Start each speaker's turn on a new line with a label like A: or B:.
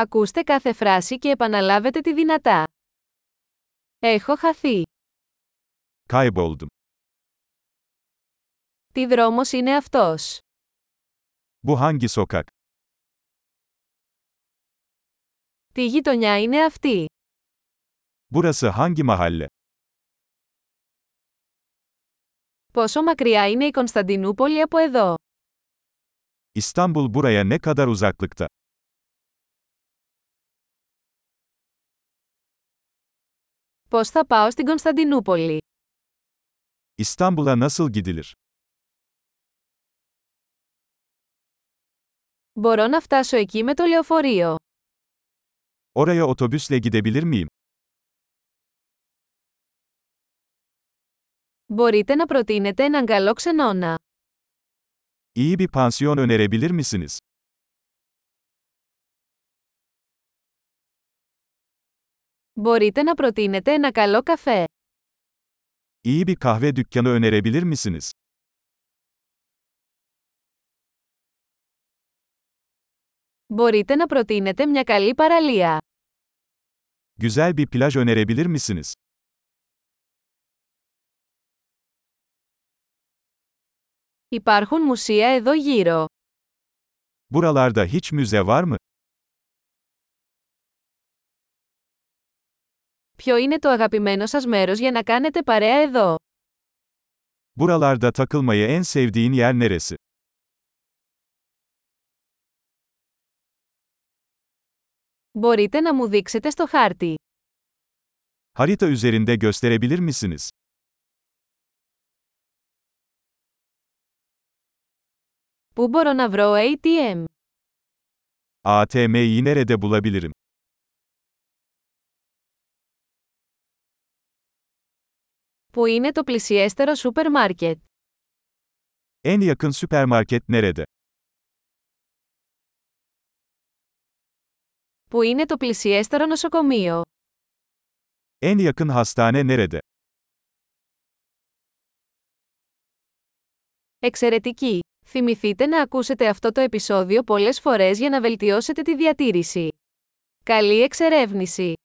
A: Ακούστε κάθε φράση και επαναλάβετε τη δυνατά. Έχω χαθεί.
B: Kayboldum.
A: Τι δρόμος είναι αυτός.
B: Bu hangi sokak?
A: Τι γειτονιά είναι αυτή.
B: Burası hangi mahalle?
A: Πόσο μακριά είναι η Κωνσταντινούπολη από εδώ.
B: İstanbul buraya ne kadar uzaklıkta?
A: Πώς θα πάω στην Κωνσταντινούπολη.
B: İstanbul'a nasıl gidilir?
A: Μπορώ να φτάσω εκεί με το λεωφορείο.
B: Oraya otobüsle gidebilir miyim?
A: Μπορείτε να προτείνετε έναν καλό ξενώνα.
B: İyi bir pansiyon önerebilir misiniz?
A: Μπορείτε να προτείνετε ένα καλό καφέ.
B: İyi bir kahve dükkanı önerebilir misiniz?
A: Μπορείτε να προτείνετε μια καλή παραλία.
B: Güzel bir plaj önerebilir misiniz?
A: Υπάρχουν μουσεία εδώ γύρω.
B: Buralarda hiç müze var mı?
A: Ποιο είναι το αγαπημένο σας μέρος για να κάνετε παρέα εδώ.
B: Buralarda takılmayı en sevdiğin yer neresi?
A: Μπορείτε να μου δείξετε στο χάρτη.
B: Harita üzerinde gösterebilir misiniz?
A: Πού μπορώ να βρω ATM?
B: ATM'yi nerede bulabilirim?
A: Πού είναι το πλησιέστερο σούπερ μάρκετ?
B: En yakın süpermarket nerede?
A: Πού είναι το πλησιέστερο νοσοκομείο?
B: En yakın hastane nerede?
A: Εξαιρετική! Θυμηθείτε να ακούσετε αυτό το επεισόδιο πολλές φορές για να βελτιώσετε τη διατήρηση. Καλή εξερεύνηση!